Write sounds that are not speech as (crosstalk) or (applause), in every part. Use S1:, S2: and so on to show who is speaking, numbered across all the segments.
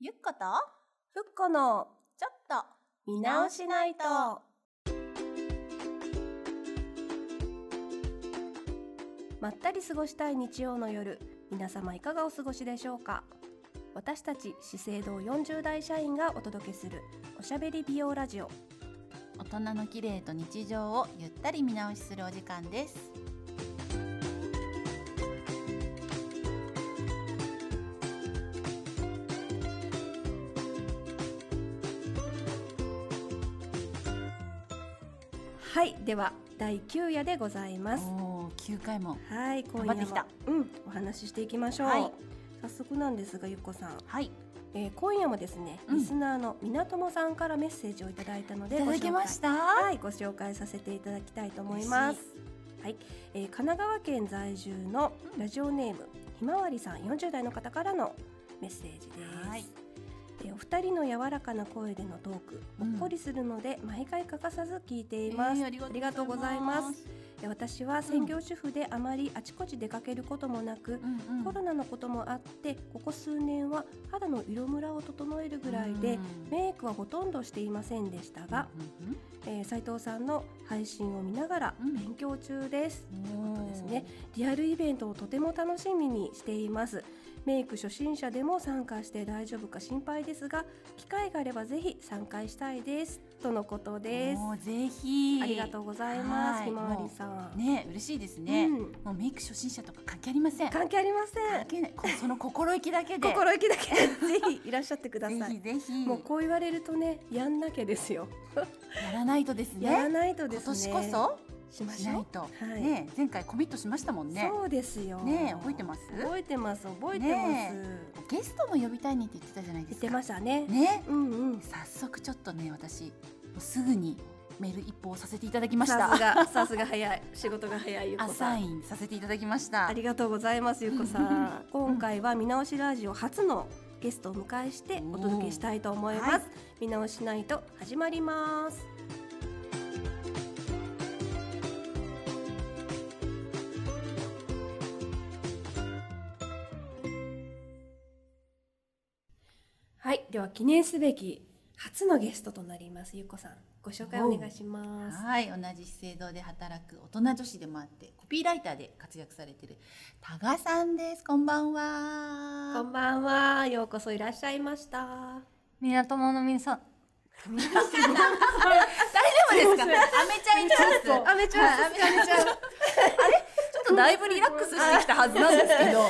S1: ゆっこと
S2: ふっこの
S1: ちょっと
S2: 見直しないと。まったり過ごしたい日曜の夜、皆様いかがお過ごしでしょうか。私たち資生堂40代社員がお届けするおしゃべり美容ラジオ。
S1: 大人の綺麗と日常をゆったり見直しするお時間です
S2: はい、では第9夜でございます。
S1: おー9回も
S2: はい、今夜
S1: 頑張ってきた
S2: はうん、お話ししていきましょう。
S1: はい
S2: 早速なんですが、ゆっこさん、
S1: はい
S2: えー、今夜もですね、
S1: うん
S2: リスナーのみなともさんからメッセージをいただいたの
S1: い
S2: で、
S1: た
S2: ご
S1: だ
S2: 紹
S1: き
S2: 介
S1: ました
S2: はい、ご紹介させていただきたいと思います。はい、えー、神奈川県在住の
S1: うん
S2: ラジオネーム、ひまわりさん40代の方からのメッセージです、
S1: はい
S2: えーお二人の柔らかな声でのトーク
S1: う
S2: ほ
S1: ん
S2: っこりするので、毎回欠かさず聞いています、
S1: えーあ
S2: あ
S1: り
S2: り
S1: が
S2: が
S1: とう
S2: とう
S1: ご
S2: ご
S1: ざ
S2: ざ
S1: い
S2: い
S1: ま
S2: ますすえー私は専業主婦であまりあちこち出かけることもなく、
S1: うんうん
S2: コロナのこともあってここ数年は肌の色ムラを整えるぐらいで、メイクはほとんどしていませんでしたが、えー、斉藤さんの配信を見ながら
S1: うん
S2: 勉強中です、
S1: うん
S2: ということですねリアルイベントをとても楽しみにしていますメイク初心者でも参加して大丈夫か心配ですが機会があればぜひ参加したいですとのことです
S1: もうぜひ
S2: ありがとうございます
S1: はい
S2: ひまわりさん、
S1: ね嬉しいですね
S2: うん
S1: もうメイク初心者とか関係ありません
S2: 関係ありませ
S1: 関
S2: ん
S1: 係ないこその心意気だけで
S2: (laughs) 心意気だ
S1: (laughs)
S2: けぜひいらっしゃってください
S1: ぜひぜひ
S2: もうこう言われるとねやんなきゃですよ
S1: やらないとですね
S2: やらないとで
S1: 今
S2: すね
S1: 年こそ
S2: しま
S1: し
S2: し
S1: な
S2: ょ
S1: いうと、
S2: はい
S1: ね前回コミットしましたもんね
S2: そうですよ。
S1: ねえ覚えてます
S2: 覚えてます。覚えてます。
S1: ねゲストも呼びたいねって言ってたじゃないで
S2: 言っ
S1: すか
S2: てましたね。
S1: ね
S2: うんうん。
S1: 早速ちょっとね私もうすぐにメール一報させていただきまし
S2: さす
S1: た
S2: が、さすが早い。仕事が早いゆう
S1: ア
S2: こ
S1: サ
S2: さん。
S1: インさせていただきました
S2: ありがとうございます、ゆうこさん。今回は見直しラジオ初のゲストをお迎えしてお届けしたいと思います。
S1: はい
S2: 見直しないと始まります。はい、では記念すべき初のゲストとなりますゆうこさんご紹介お願いします。
S1: はい同じ資生堂で働く大人女子でもあってコピーライターで活躍されてる多賀さんですこんばんは
S2: こんばんは、ようこそいらっしゃいました。
S3: 港もの皆さん。
S1: 大丈夫ですかアメ
S2: すいま
S1: ちゃんいきます
S2: ちょっとアメちゃん
S1: はいアメちゃんアメちゃんあれちょっとだいぶリラックスしてきたはずなんですけど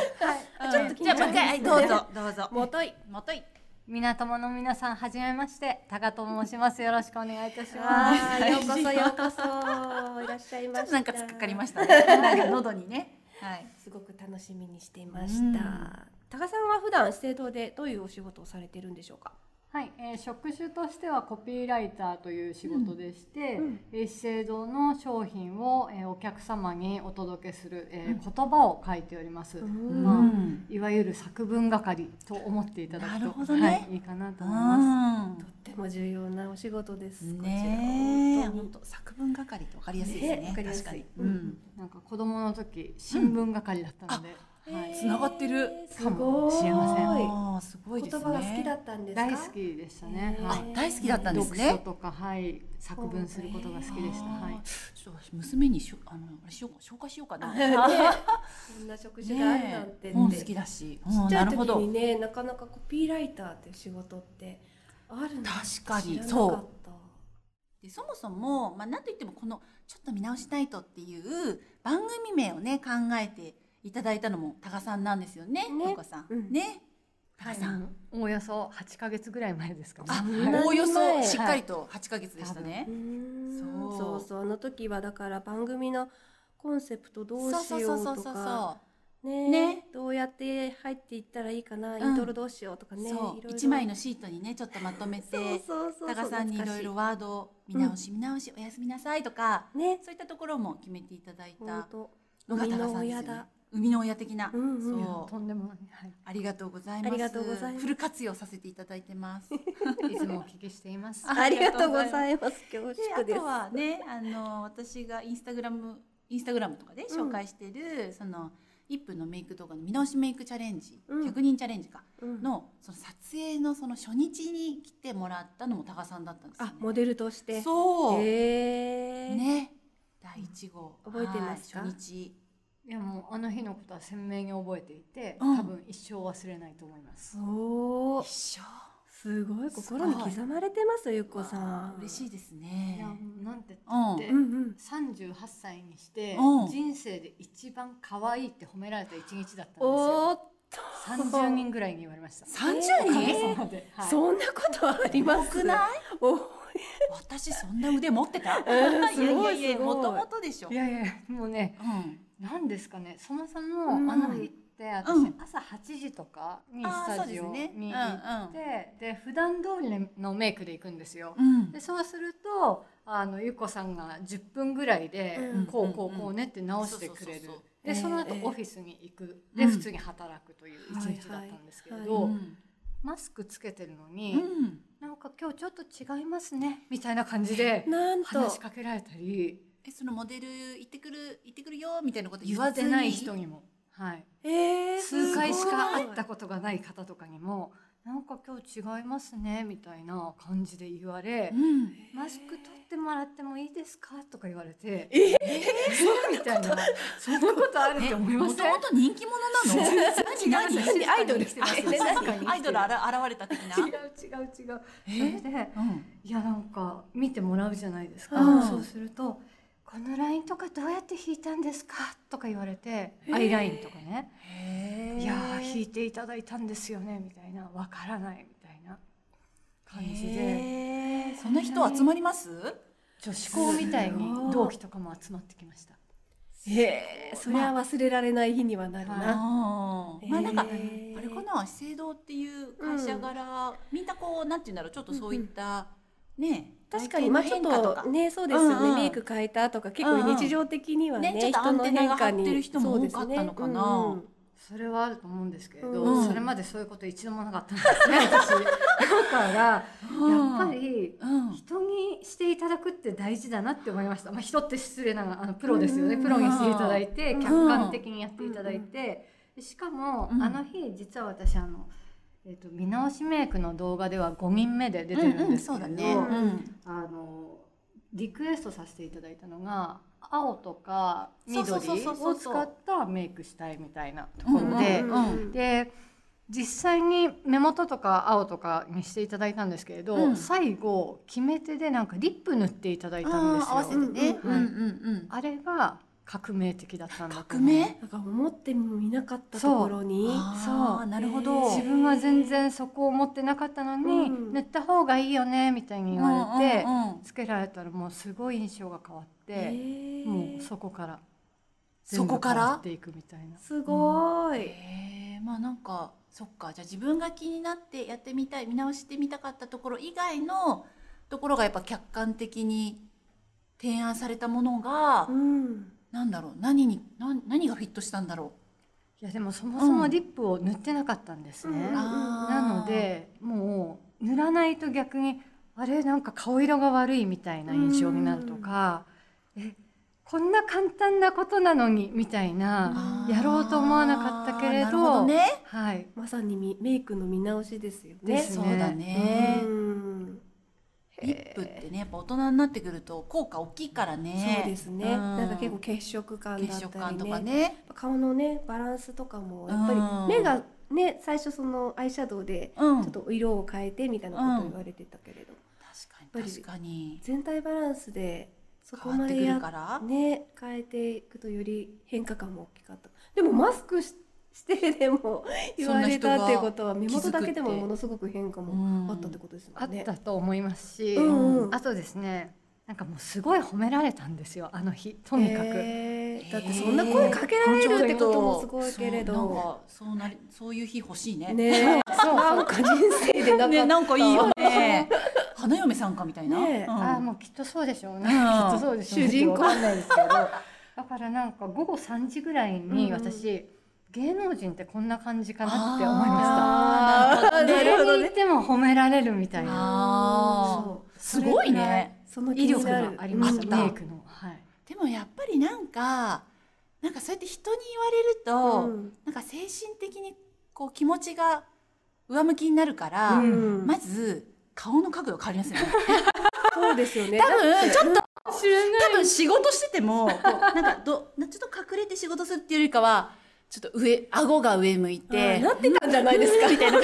S2: ちょっと緊
S1: じ
S2: 張
S1: ゃあもう一回はいどうぞどうぞ
S2: もとい。
S1: もとい
S3: 港もの皆さん、はじめまして、タカと申します。よろしくお願いいたしま
S2: あ
S3: す。
S2: ーようこそようこ
S1: (laughs)
S2: そいらっしゃい
S1: ち
S2: ま
S1: ょった
S2: し。
S1: となんか突っかかりましたね。なんか喉にね。はい。
S2: すごく楽しみにしていま
S1: うん
S2: した。高さんは普段資生堂でどういうお仕事をされてるんでしょうか。
S3: はい、えー職種としてはコピーライターという仕事でして、
S2: うんうん
S3: えー資生堂の商品を、えーお客様にお届けする、えー
S1: うん
S3: 言葉を書いております。
S2: うん
S3: まあいわゆる作文係と思っていただくと
S1: なるほどね
S3: はい、いいかなと思いま
S1: ま
S3: す。
S2: とっても重要なお仕事です。
S1: ねえ、
S2: こちら
S1: 本当作文係ってわかりやすいですね。
S2: ねわかりやすい
S1: 確かに。
S2: うん
S1: うん。
S3: なんか子供の時新聞係だったので、
S2: 本当に
S3: はい
S2: えー
S1: 繋がってる
S2: すごい。
S3: かもしれません
S1: ああ、すごいです
S2: 言
S1: ね。
S2: 葉が好きだったんですか。
S3: 大好きでしたね。
S2: えー
S3: はい
S1: あ、大好きだったんです
S3: 読書
S1: ね。
S3: とかはい作文することが好きでした。
S1: あー
S3: はい。
S1: ちょっと私娘にしょあのあれしようか紹介しようかな。
S2: ね。
S1: (laughs) ね
S2: こんな職
S1: え
S2: 種があるなんてって。
S1: 本好きだし。
S2: ちっ
S1: うん
S2: ちゃ
S1: ないるほ
S2: 時に
S1: ど。
S2: ねなかなかコピーライターっていう仕事ってあるんだ
S1: 確か
S2: 知ら
S1: に。
S2: な
S1: そう
S2: か。った
S1: でそもそも、まあ、なんといってもこの「ちょっと見直しないと」っていう番組名をね考えていただいたのも多賀さんなんですよね
S2: ね
S1: ね子さん、
S2: うん
S1: ね多賀さん、
S3: おおよそ8ヶ月ぐらい前ですかね。
S1: あ
S2: んなに
S1: おおよそ
S2: 前
S1: しっかりと8ヶ月でしたね、
S2: うーん
S1: そう
S2: そうそうあの時はだから番組のコンセプトどう
S1: そう
S2: し
S1: そうそ
S2: よ
S1: うそううそう
S2: と
S1: そう
S2: か
S1: そ
S2: ね
S1: ね
S2: どうやって入っていったらいいかな、
S1: ん
S2: イントロどうしようとか
S1: う
S2: ねいろいろ
S1: 1枚のシートにねちょっとまとめ
S2: そう
S1: て
S2: そうそうそう
S1: 多賀さんにいろいろワードを見直し見直しおやすみなさいとか
S2: 懐かしいね
S1: そういったところも決めていただい
S2: 本
S1: た
S2: 当
S1: のが多賀さんですよ
S2: 生みの親だ
S1: ね生みの親的な、
S2: うんうん
S1: そう
S3: とんでもない。は
S1: ありがとうございます。
S2: ありがとうございます
S1: フル活用させていただいて
S2: (laughs)
S1: ます。で
S3: い。いつもお聞きしています。
S1: あ
S2: ありがとうござ
S1: あ
S2: います恐縮
S1: あ
S2: です
S1: とはね、あの私がインスタグラムインスタグラムとかで紹介してる、その1分のメイク動画の見直しメイクチャレンジ、
S2: うん
S1: 100人チャレンジか
S2: うん
S1: のその撮影のその初日に来てもらったのも多賀さんだったんですよ、ね
S2: あ、モデルとして。
S1: そう、
S2: へー
S1: ね第1号、
S2: 覚えてますか
S1: はい初日
S3: いやもうあの日のことは鮮明に覚えていて、
S1: うん
S3: 多分一生忘れないと思います。
S2: そう。
S1: 一緒
S2: すごい心に刻まれてますゆっこさ
S1: あ
S2: ん。
S1: ー嬉し
S2: い。
S1: いです
S3: いやも
S1: ね
S3: うなんて
S1: うん
S3: で
S2: うんうん。
S3: 38歳にして
S1: うん
S3: 人生で一番可愛いって褒められた一日だったんですよ。
S2: おーっ
S3: 30人ぐらいに言われました。
S1: 30
S3: おか
S1: 人、
S3: げさまで。
S2: と、
S3: はい
S2: そんなことあります。
S1: 多くない
S2: お
S1: 私そんな腕持ってた
S2: ーすごい
S1: ややや
S2: すごい
S1: もともとでしょ
S3: いやいやもうね
S1: うん
S3: 何ですかねそもそ
S2: うん
S3: もあの日って私、
S1: うん
S3: 朝8時とかに
S1: あーそ
S3: スタ
S1: うで
S3: ジ
S1: す
S3: オ
S1: ね
S3: に行って、で普段通りのメイクで行くんですよ。
S1: うんうん
S3: でそうするとあのゆっこさんが10分ぐらいで、
S2: うん
S3: こうこうこうねって直してく
S1: う
S3: れ
S1: ん
S3: る
S1: そうそうそうそう
S3: でその後
S2: ええ
S3: オフィスに行く、で
S1: うん
S3: 普通に働くという一日だったんですけれど、
S2: はいは
S3: マスクつけてるの
S1: う
S3: に、
S1: ん
S3: なんか今日ちょっと違いますねみたいな感じで
S2: なんと。
S3: 話しかけられたり
S1: えそのモデル行ってくる行ってくるよみたいなこと
S3: 言
S1: 言わ
S3: わ
S1: ず
S3: せ
S1: に
S3: ない人にも。はい
S2: えー、
S3: 数回しか会った
S2: こ
S3: ことがない方とかにも「なんか今日違いますね」みたいな感じで言われ
S1: うん
S3: 「マスク取ってもらってもいいですか?」とか言われて「
S2: えー
S3: えーみたいなそんなことあるって思いま
S1: も
S3: せ
S1: と
S3: ん
S1: もと人気者なの何何
S2: 違う (laughs) 違うアイドル
S1: 静かにしてます
S2: え
S3: 何
S1: アイドルあら現れた的な
S3: 違う違う違う。それで
S1: うん
S3: いやなんか見てもらうじゃないですか、
S1: うん
S3: そうすると「このラインとかどうやって引いたんですか?」とか言われて
S2: へー
S3: アイラインとかね「
S1: へ
S3: いやー引
S1: い
S3: いていただいたんですよね」みたいな「わからない」みたいな感じで。
S2: えー
S1: その人集まります
S3: 女子校みたいに同期とかも集まってきました。
S2: えー、それは忘れられない日にはなるな。
S1: あーまあなんか
S2: えー
S1: あれかな資生堂っていう会社柄みんなこうなんていうんだろうちょっとそういったね
S2: 確かに今ちょっとねそうですよね、
S1: うんうん
S2: メイク変えたとか結構日常的にはね,、
S1: ねちょっとアンテナが張ってる人も多かったのかな
S2: そうですね
S3: それはあると思うんですけれど、
S2: うん
S3: それまでそういうこと一度もなかったんですね。 (laughs) 私だからやっぱり
S1: うん
S3: 人にしていただくって大事だなって思いました。まあ人って失礼ながらあのプロですよね。
S2: うん
S3: プロにしていただいて、
S2: うん
S3: 客観的にやっていただいて、でしかも、
S1: うん
S3: あの日実は私あの。えっと見直しメイクの動画では5人目で出てるんです
S1: うんうんそ
S3: けれど、
S1: うだねうん
S3: あのリクエストさせていただいたのが青とか
S1: そう
S3: 緑
S1: そうそうそうそう
S3: を使ったメイクしたいみたいなとこ
S2: うんうん
S3: ろで、
S2: うんうん
S3: で実際に目元とか青とかにしていただいたんですけれど、
S1: うん
S3: 最後決め手でなんかリップ塗っていただいたんです
S1: あー合
S3: よ。
S1: わせてね
S3: うんうんうん
S1: うん
S3: あれが革命的だったんだと
S1: 革
S3: 思う
S1: 命
S2: なんか思ってもいなかったところに
S1: あーなるほど
S2: えー
S3: 自分は全然そこを持ってなかったのに、
S2: うん
S3: 塗った方がいいよねみたいに言われて、
S1: うんうんうん
S3: つけられたらもうすごい印象が変わって。
S2: えー
S3: もうそこから
S1: そこから
S3: 全部変わっていくみたいな
S2: すごーい、
S1: へーまあなんかそっかじゃあ自分が気になってやってみたい見直してみたかったところ以外のところがやっぱ客観的に提案されたものが、
S2: うん
S1: なんだろう何に何何がフィットしたんだろ
S3: いやでもそもそも
S1: うん
S3: リップを塗ってなかったんですね、
S1: う、
S2: うん
S1: あー
S3: なのでもう塗らないと逆にあれなんか顔色が悪いみたいな印象になるとか、えこんな簡単なことなのにみたい
S1: あ
S3: な、
S1: ー
S3: やろうと思わなかったけれど
S1: なるほね
S3: はい
S2: まさにみメイクの見直しですよね。
S3: です
S1: そう
S3: ね
S1: だね、
S2: うん
S1: リップってねやっぱ大人になってくると効果大きいからね
S2: そうですね、
S1: うん
S2: なんか結構血色感だ
S1: 血
S2: ったり
S1: 色感
S2: ね
S1: とかね
S2: 顔のねバランスとかもや
S1: う
S2: っぱ
S1: ん
S2: り目がね最初そのアイシャドウで
S1: うん
S2: ちょっと色を変えてみたいなことを言われてたけれど、
S1: 確かに確かに
S2: 全体バランスでそこ
S1: 変わ
S2: ま
S1: って
S2: で
S1: く
S2: や
S1: る
S2: っ
S1: から、
S2: ね変えていくとより変化感も大きかったでもマスクししてでも言われたってことは目元だけでもものすごく変化もあったってことです
S3: あ
S2: も
S3: っ
S2: んね。
S3: たと思いますし、
S2: うんうん
S3: あとですねなんかもうすごい褒められたんですよあの日とにかく。
S2: えーだってそんな声かけられるってこともすごいけれ
S1: そうなん
S2: ど。
S1: かそうなりそういう日欲しいね
S2: ね
S3: そう
S2: なんか人生でなかった。
S1: ね、なんかいいよね。花嫁さんかみたいな。
S2: ねえ
S1: うん
S3: ああもうきっとそうでしょうね。
S1: ん
S3: きっとそうでしょうね。
S2: 主人公
S3: わかんないですけど。 (laughs) だからなんか午後3時ぐらい
S2: うん
S3: に私、芸能人ってこんな感じかなって思いま
S1: あー
S2: (laughs)
S3: し
S1: な
S3: た。
S1: る
S3: 誰にいても褒められるみたいな
S1: あ
S2: そ
S1: ーすごいね。
S2: その
S3: 威
S2: 気に
S3: 力
S2: な
S3: が
S2: る
S3: ありました。
S1: うん
S3: メイクのはい。
S1: でもやっぱりなんかなんかそうやって人に言われると、
S2: ん
S1: なんか精神的にこう気持ちが上向きになるから、
S3: うん
S1: まず顔の角度変わりますよね。
S2: (laughs) そうですよね。
S1: 多分ちょっと
S3: 知らない
S1: 多分仕事しててもこうなんかどなちょっと隠れて仕事するっていうよりかはちょっと上顎が上向いて
S2: なってたんじゃないですかみたいな。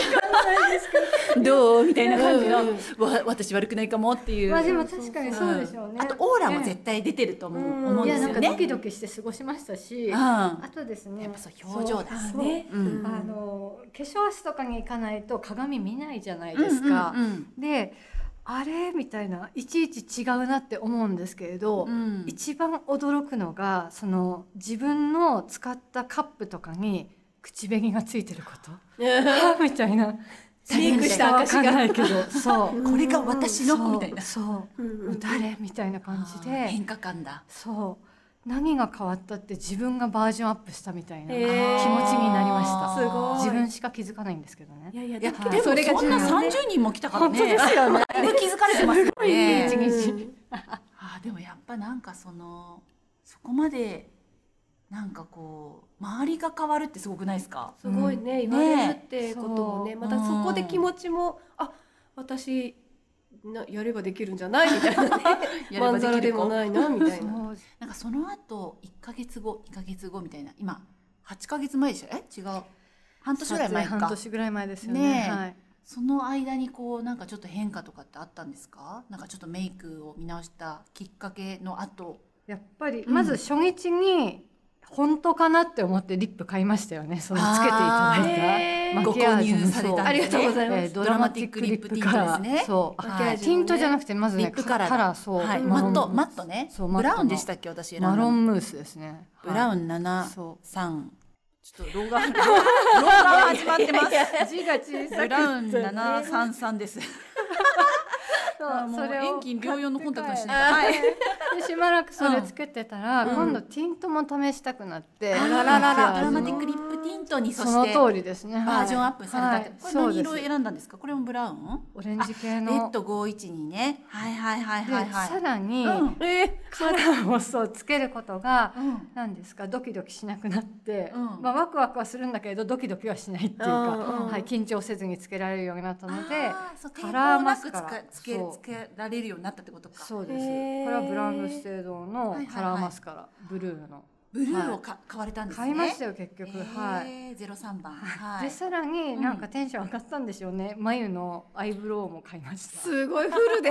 S1: (laughs) どうみたいな感じの、
S2: うん
S1: わ私悪くないかもっていう、
S3: まあでも確かにそうでしょうね、
S1: あとオーラも
S3: ね
S1: 絶対出てると思う,、
S2: うん
S1: 思うんで
S3: いや
S1: す
S3: な
S1: よ
S3: ん
S1: ね。
S3: かドキドキして過ごしましたし、あ
S1: うん
S3: とですね
S1: やっぱそう表情だ
S3: そう
S1: す
S3: そう
S2: ね。
S1: うん
S3: あの化粧室とかに行かないと鏡見ないじゃないですか、
S1: うんうん
S3: であれみたいないちいち違うなって思うんですけれど、
S1: うんうん
S3: 一番驚くのがその自分の使ったカップとかに口紅がついてる
S1: (laughs)
S3: ことあみたいな
S1: メイクした
S3: わかんないけど
S1: (laughs)
S3: そう
S1: これが私のみたいな
S3: そうそうもう誰みたいな感じ
S1: あー
S3: で
S1: 変化感だ
S3: そう何が変わったって自分がバージョンアップしたみたいな、
S2: へー
S3: 気持ちになりました
S2: すごい
S3: 自分しか気づかないんですけどね
S2: いやいや、
S1: いやで
S2: だから
S1: もそ
S2: れが
S1: んな
S2: 重要ね
S1: 30人も来たからね
S3: 本当ですよね
S1: だいぶ気づかれてますよね
S3: すごいね一日
S1: あーでもやっぱなんかそのそこまでなんかこう周りが変わるってすごくないですか
S2: すごいね、言われるってこともね
S1: そう
S2: またそこで気持ちも、あ私なやればできるんじゃないみたいなね
S1: (laughs) やれ
S2: (laughs) ま
S1: ば
S2: んざらで
S1: できる
S2: も
S1: 子
S2: ないなみたいな。
S3: そう
S1: なんかその後1ヶ月後2ヶ月後みたいな今8ヶ月前でしょえ違う半年ぐらい前
S3: 撮影半
S1: か
S3: 年ぐらい前ですよね
S1: ねえ
S3: はい、
S1: その間にこうなんかちょっと変化とかってあったんですかなんかちょっとメイクを見直したきっかけの後
S3: やっぱり
S1: ん
S3: まず初日に本当かなって思ってリップ買いましたよねそのつけていただいた、
S2: へー
S3: マ
S1: ご
S3: キ
S1: 購
S3: アージュ
S1: 入
S3: の
S1: され
S3: そう
S1: た
S2: ありがとうございます
S3: えードラマティックリップティントですね。そう、
S2: マキアージュのね
S3: はいティントじゃなくてまずね
S1: リップカラーだ
S3: カラーそう、
S1: はい、
S2: うん
S1: マット
S3: ロンム
S1: マ
S3: ー
S1: ットね
S3: そうマ
S1: ブ
S3: ットの
S1: ラウンでしたっけ私選
S3: ス
S1: んだ
S3: マ
S1: の
S3: ロンムースですね。
S1: ブラウン
S3: ン
S1: 7
S3: そ
S1: 三ちょっと老眼老眼始まってます
S3: う字が小
S1: ブラ (laughs) ウン七三三です。あもう
S3: (laughs) それを
S1: 遠近両用のコンタクトにしないと
S3: 買って帰ってでしばらくそれつけてたら、
S1: うん
S3: 今度ティントも試したくなって、
S1: あららららドラマティックリップティントにそ
S3: そ
S1: し
S3: の
S1: て
S3: 通りですね。
S1: バージョンアッ
S3: はい
S1: プされたって、
S3: はい
S1: これ
S3: そう
S1: 何
S3: です
S1: 色を選んだんですかこれもブラウン
S3: オレンジ系
S1: レ
S3: の
S1: ッド五一二ねはいはいはい
S3: で、
S1: はいはい
S3: さらに、
S1: うん
S2: えー
S3: カラーをそうつけることが
S1: うん
S3: 何ですかドキドキしなくなって、
S1: うん
S3: まあ、ワクワクはするんだけどドキドキはしないっていうか、
S2: うん
S3: はい、緊張せずにつけられるようになったので
S1: あーそう抵
S3: カラー
S1: 抗
S3: マ
S1: な
S3: ス
S1: く
S3: カラ
S1: つけ
S3: そう
S1: つけられるようになったってことか
S3: そうです
S2: へー
S3: これはブランド資生堂のカラーマスカラ、ブルーの
S1: ブルーをか買われたんですね
S3: 買いましたよ結局、はい。
S1: いゼロ三番はい
S3: でさらになんかテンション上がったんでしょうね、眉のアイブロウも買いました
S2: すごいフルで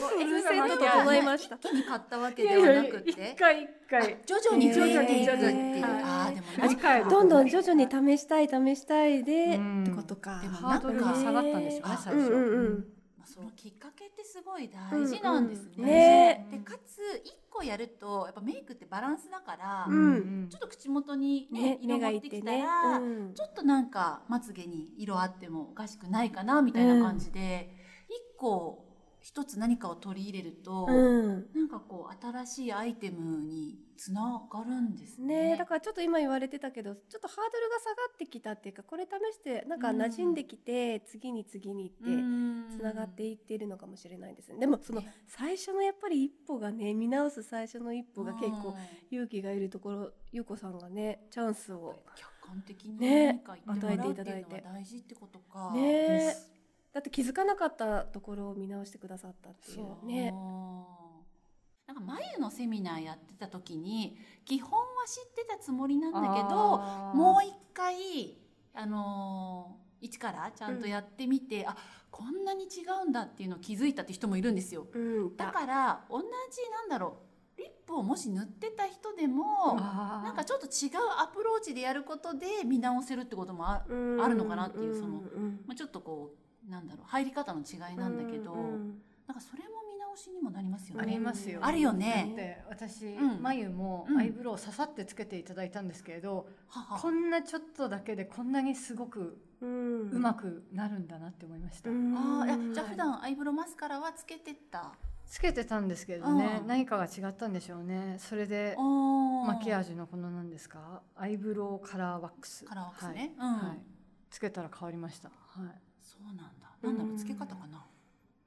S3: ごい
S2: フルセット整えました。
S1: 一気に買ったわけではなくて
S3: いやいや一回一回
S1: 徐々に
S2: ね
S1: 増えていくって
S2: ね
S1: いう、ああでもなん
S3: 次
S1: か
S3: 回
S2: どんどん徐々に試したい試したいで、
S3: うん
S2: ってことか。
S1: でも
S3: ハードルが下がったんでしょうね
S1: なんか
S3: 最初、
S2: うんうんうん
S1: そのきっかけってすごい大事なんですね。
S2: うんうんね
S1: でかつ一個やるとやっぱメイクってバランスだから、
S2: うん
S1: ちょっと口元にね
S2: ね
S1: 色
S2: 目が
S1: 持
S2: い
S1: っ
S2: ってて
S1: きた
S2: ね。
S1: ら、
S2: うん
S1: ちょっとなんかまつげに色あってもおかしくないかなみたいな感じで、一個一つ何かを取り入れると、
S2: うん
S1: なんかこう新しいアイテムにつながるんですね。
S2: ねだからちょっと今言われてたけどちょっとハードルが下がってきたっていうかこれ試してなんか馴染んできて、次に次にってつながっていっているのかもしれないですねでもその
S1: ね
S2: 最初のやっぱり一歩がね見直す最初の一歩が結構
S1: うん
S2: 勇気がいるところゆうこさんがねチャンスを
S1: 客観的に
S2: ね
S1: 何か言ってもらうっていう
S2: 与えていただ
S1: の
S2: いて
S1: が大事ってことか。
S2: ね
S3: です
S2: だって気づかなかったところを見直してくださったってい
S1: そう
S2: う
S1: ね
S2: ね。。
S1: なんか眉のセミナーやってた時に基本は知ってたつもりなんだけどもう一回あのー一からちゃんとやってみて、あこんなに違うんだっていうのを気づいたって人もいるんですよ。
S2: うん、
S1: だから同じなんだろうリップをもし塗ってた人でも、な
S3: なん
S1: かちょっと違うアプローチでやることで見直せるってこともあ
S2: うん
S1: あるのかなっていうその
S2: んうん
S1: まあ、ちょっとこうなんだろう入り方の違いなんだけど、
S2: うんうん
S1: なんかそれも見直しにもなりますよ
S3: あり
S1: ね。
S3: ますよ
S1: あるよね
S3: で私、
S1: うん
S3: 眉もアイブロウを刺さってつけていただいたんですけれど、
S1: はは
S3: こんなちょっとだけでこんなにすごく
S2: うん
S3: うまくなるんだなって思いました、
S1: ああいやじゃあ
S2: うん
S1: 普段アイブロウマスカラはつけてった。
S3: つけてたんですけどね、
S1: うん
S3: 何かが違ったんでしょうねそれでマ
S1: マ
S3: キアー
S1: ジ
S3: ジュのこの何ですかアイブロウカラーワックス
S1: カラーワックスね。
S3: はい
S1: うん、
S3: はいつけたら変わりましたはい
S1: そうなんだ。なんだろ
S2: う
S1: うんつけ方かな。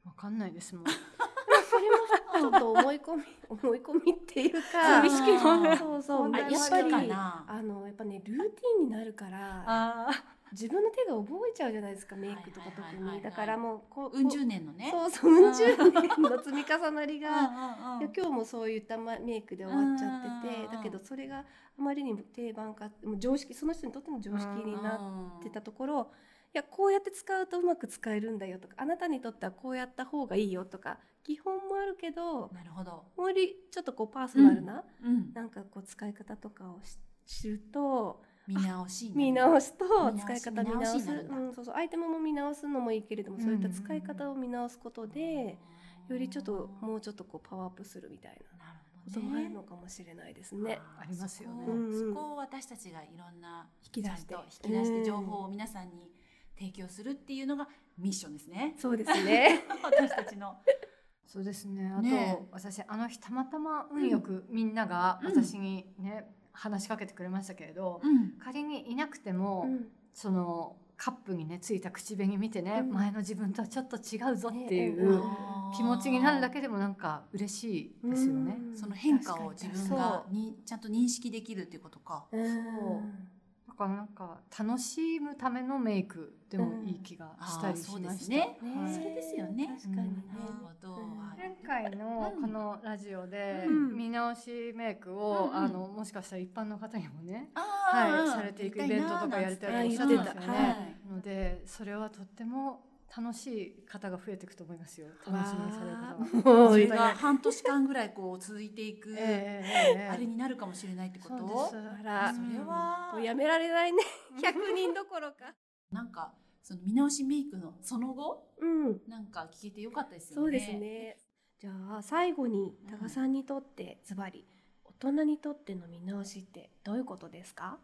S3: わかんないですもん
S1: あ
S2: (laughs) ちょっと思い込み思い込みっていうか
S3: 無意識の
S2: そうそう
S1: あ
S3: 問題
S1: 意
S2: やっ
S1: 識
S2: ぱ
S1: か
S2: り
S1: な
S2: あのやっぱねルーティンになるから
S3: あ
S2: 自分の手が覚えちゃうじゃないですかメイクとか
S1: はいはい
S2: 特
S1: はいはい
S2: にだからもうこう
S1: うん十年のね
S2: そうそううん十年の積み重なりが
S1: うんうんう
S2: で
S1: ん
S2: 今日もそういったまメイクで終わっちゃって
S1: うんうん
S2: て
S1: うん
S2: だけどそれがあまりにも定番化もう常識その人にとっての常識になってたところいやこうやって使うとうまく使えるんだよとかあなたにとってはこうやった方がいいよとか基本もあるけど
S1: なるほど、
S2: よりちょっとこうパーソナルな
S1: うん、
S2: なんかこう使い方とかをし知ると
S1: 見直しになる
S2: 見直しと
S1: 見
S2: 使
S1: 直
S2: い
S1: し
S2: 方見直
S1: 見直し
S2: す
S1: になるんだ
S2: うんそうそうアイテムも見直すのもいいけれどもそういった使い方を見直すことでよりちょっともうちょっとこうパワーアップするみたいな。
S1: なるほ
S2: こ
S1: ど
S2: とがあるの
S1: ね
S2: かもしれないですね。
S1: あー
S3: ありますよね
S1: そこ
S2: うんうん
S1: そこを私たちがいろんな
S2: 引き出して
S1: ちゃんと引き出し
S2: うん
S1: て情報を皆さんに提供するっていうのがミッションですね
S2: そうで
S1: (laughs)
S2: すね。
S1: 私たちの
S3: そうですねあと、
S1: ね
S3: 私あの日たまたま運よくみんなが
S1: うん
S3: 私にね、話しかけてくれましたけれど、
S1: うん
S3: 仮にいなくても、
S2: うん
S3: そのカップにねついた口紅見てね、
S2: うん
S3: 前の自分とはちょっと違うぞってい
S2: うん
S3: う気持ちになるだけでもなんか嬉しいですよね。
S2: うん
S1: その変化を自分
S2: 確
S1: が
S2: か
S1: にちゃんと認識できるっていうことか。
S2: に
S3: そうだからなんか楽しむためのメイクでもいい気がしたりしました。
S1: うんあーそうです
S2: そう
S3: はい
S1: それですよね
S2: 確かにね
S1: なるほど。
S2: うん
S1: はい
S3: 前回の
S1: うん
S3: このラジオで
S1: うん
S3: 見直しメイクを、
S1: うん
S3: あのもしかしたら一般の方にもね、
S1: あー
S3: はいされていくイベントとかやりた
S1: や
S2: いとおっしゃってましたた
S1: よ
S2: よ
S1: ね
S2: ね
S3: のでそれはとっても楽しい方が増えていくと思いますよ楽しみにされる方が。
S2: も
S1: そうれが半年間ぐらいこう続いていく、
S3: ええええ
S1: あれになるかもしれないってこと。
S3: そうです
S2: あ
S1: あ
S2: ら
S1: それは
S2: もうやめられないね。百人どころか。
S1: なんかその見直しメイクのその後
S2: うん。
S1: なんか聞けてよかったですよね。
S2: そうですね。じゃあ最後に多賀さんにとってズバリ大人にとっての見直しってどういうことですか？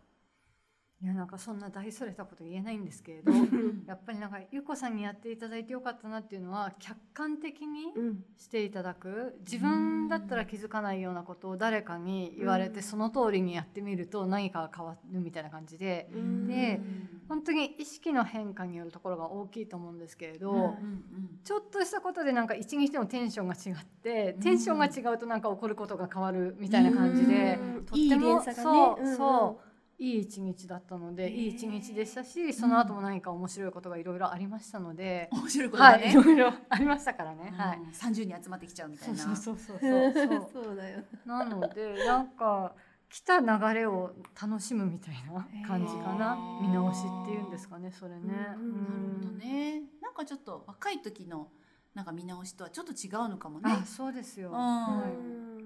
S3: いやなんかそんな大それたこと言えないんですけれど
S1: うん。
S3: (laughs) やっぱりなんかゆうこさんにやっていただいてよかったなっていうのは客観的に
S2: うん。
S3: していただく自分だったら気づかないようなことを誰かに言われ
S2: う
S3: て
S2: ん
S3: その通りにやってみると何かが変わるみたいな感じで
S1: うん
S3: で
S1: うん
S3: 本当に意識の変化によるところが大きいと思うんですけれど、
S2: うん
S1: うん
S3: ちょっとしたことでなんか一日でもテンションが違ってテンションが違うとなんか起こることが変わるみたいな感じで。
S2: うん
S3: とっ
S2: いい
S3: ても
S2: 連鎖がね。
S3: そう
S2: うんうん
S3: そいい一日だったの
S1: へ
S3: で、
S1: え
S3: いい一日でしたしその後も何か面白いことがいろいろありましたので、
S1: 面白いこと
S3: は
S1: だ
S3: いい
S1: ね。
S3: ろいろありましたからね、はい
S1: 三十人集まってきちゃうみたいな。
S3: そうそうそうそう
S2: (laughs) そうだよ。
S3: なのでなんか来た流れを楽しむみたいな感じかな
S1: へえ
S3: 見直しっていうんですかねそれね、
S2: うんうん
S1: なるほど
S3: うん
S1: ね。なんかちょっと若い時のなんか見直しとはちょっと違うのかもね。
S3: あそうですよ、
S1: うん
S3: は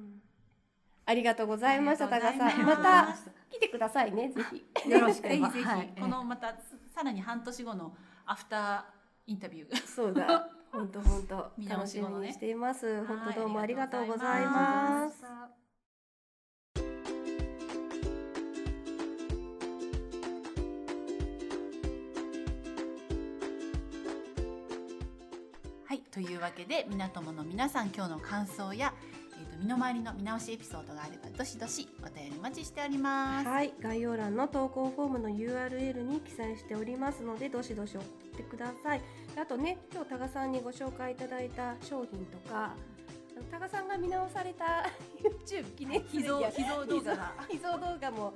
S3: い
S2: ありがとうございました、
S1: あり
S2: 高
S1: が
S2: さ
S1: とうござい
S2: ん。
S1: ま
S2: ますた来てくださいね、ぜひ。
S3: よろしけ
S1: ぜ
S3: れば
S1: ひぜひ、
S3: はい
S1: このまたさらに半年後のアフターインタビューが
S2: (laughs) そうだ。本当本当
S1: 見直
S2: 楽
S1: し
S2: し
S1: 後
S2: み
S1: のね
S2: にしています。本
S1: はい
S2: 当どうも
S1: あ
S2: あ
S1: り
S2: り
S1: が
S2: が
S1: と
S2: と
S1: う
S2: う
S1: ご
S2: ご
S1: ざ
S2: ざ
S1: い
S2: い
S1: ま
S2: ますす。
S1: (laughs) はい、というわけで、みなともの皆さん、今日の感想や、えっ、と、身の回りの見直しエピソードがあれば、どしどしお便りお待ちしております。
S2: はい、概要欄の投稿フォームの URL に記載しておりますので、どしどし送ってください。あとね、今日多賀さんにご紹介いただいた商品とか、あの多賀さんが見直された (laughs) YouTube
S1: (laughs)
S2: 記念すべ
S1: 秘
S2: き
S1: 蔵、秘蔵動画が。
S2: 秘蔵動画も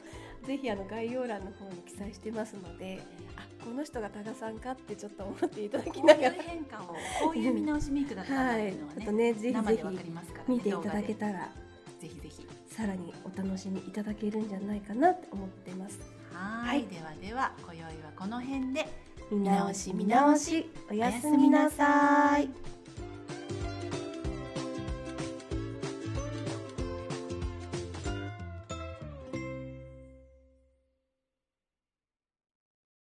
S2: ぜひあの概要欄の方に記載してますのであこの人が多賀さんかってちょっと思っていただき
S1: こう
S2: な
S1: いう
S2: がら
S1: 変化を、こういう見直しメイクだったんだっ
S2: は
S1: てい
S2: い
S1: うの (laughs) は
S2: ちょっ
S1: ね、
S2: とねぜひ
S1: 生
S2: ぜ
S1: でわかり
S2: ひ
S1: ますから、
S2: 見ていただけた
S1: 動
S2: ら
S1: 画でぜひぜひ。
S2: さらにお楽しみいただけるんじゃないかなって思ってます
S1: はー
S2: はい
S1: い、ではでは、今宵はこの辺で。
S2: 見
S1: 直
S2: 直
S1: し
S2: し
S1: 見
S2: 見
S1: 直
S2: 直
S1: し
S2: しおやすみなさ
S1: おやすみなさい
S2: い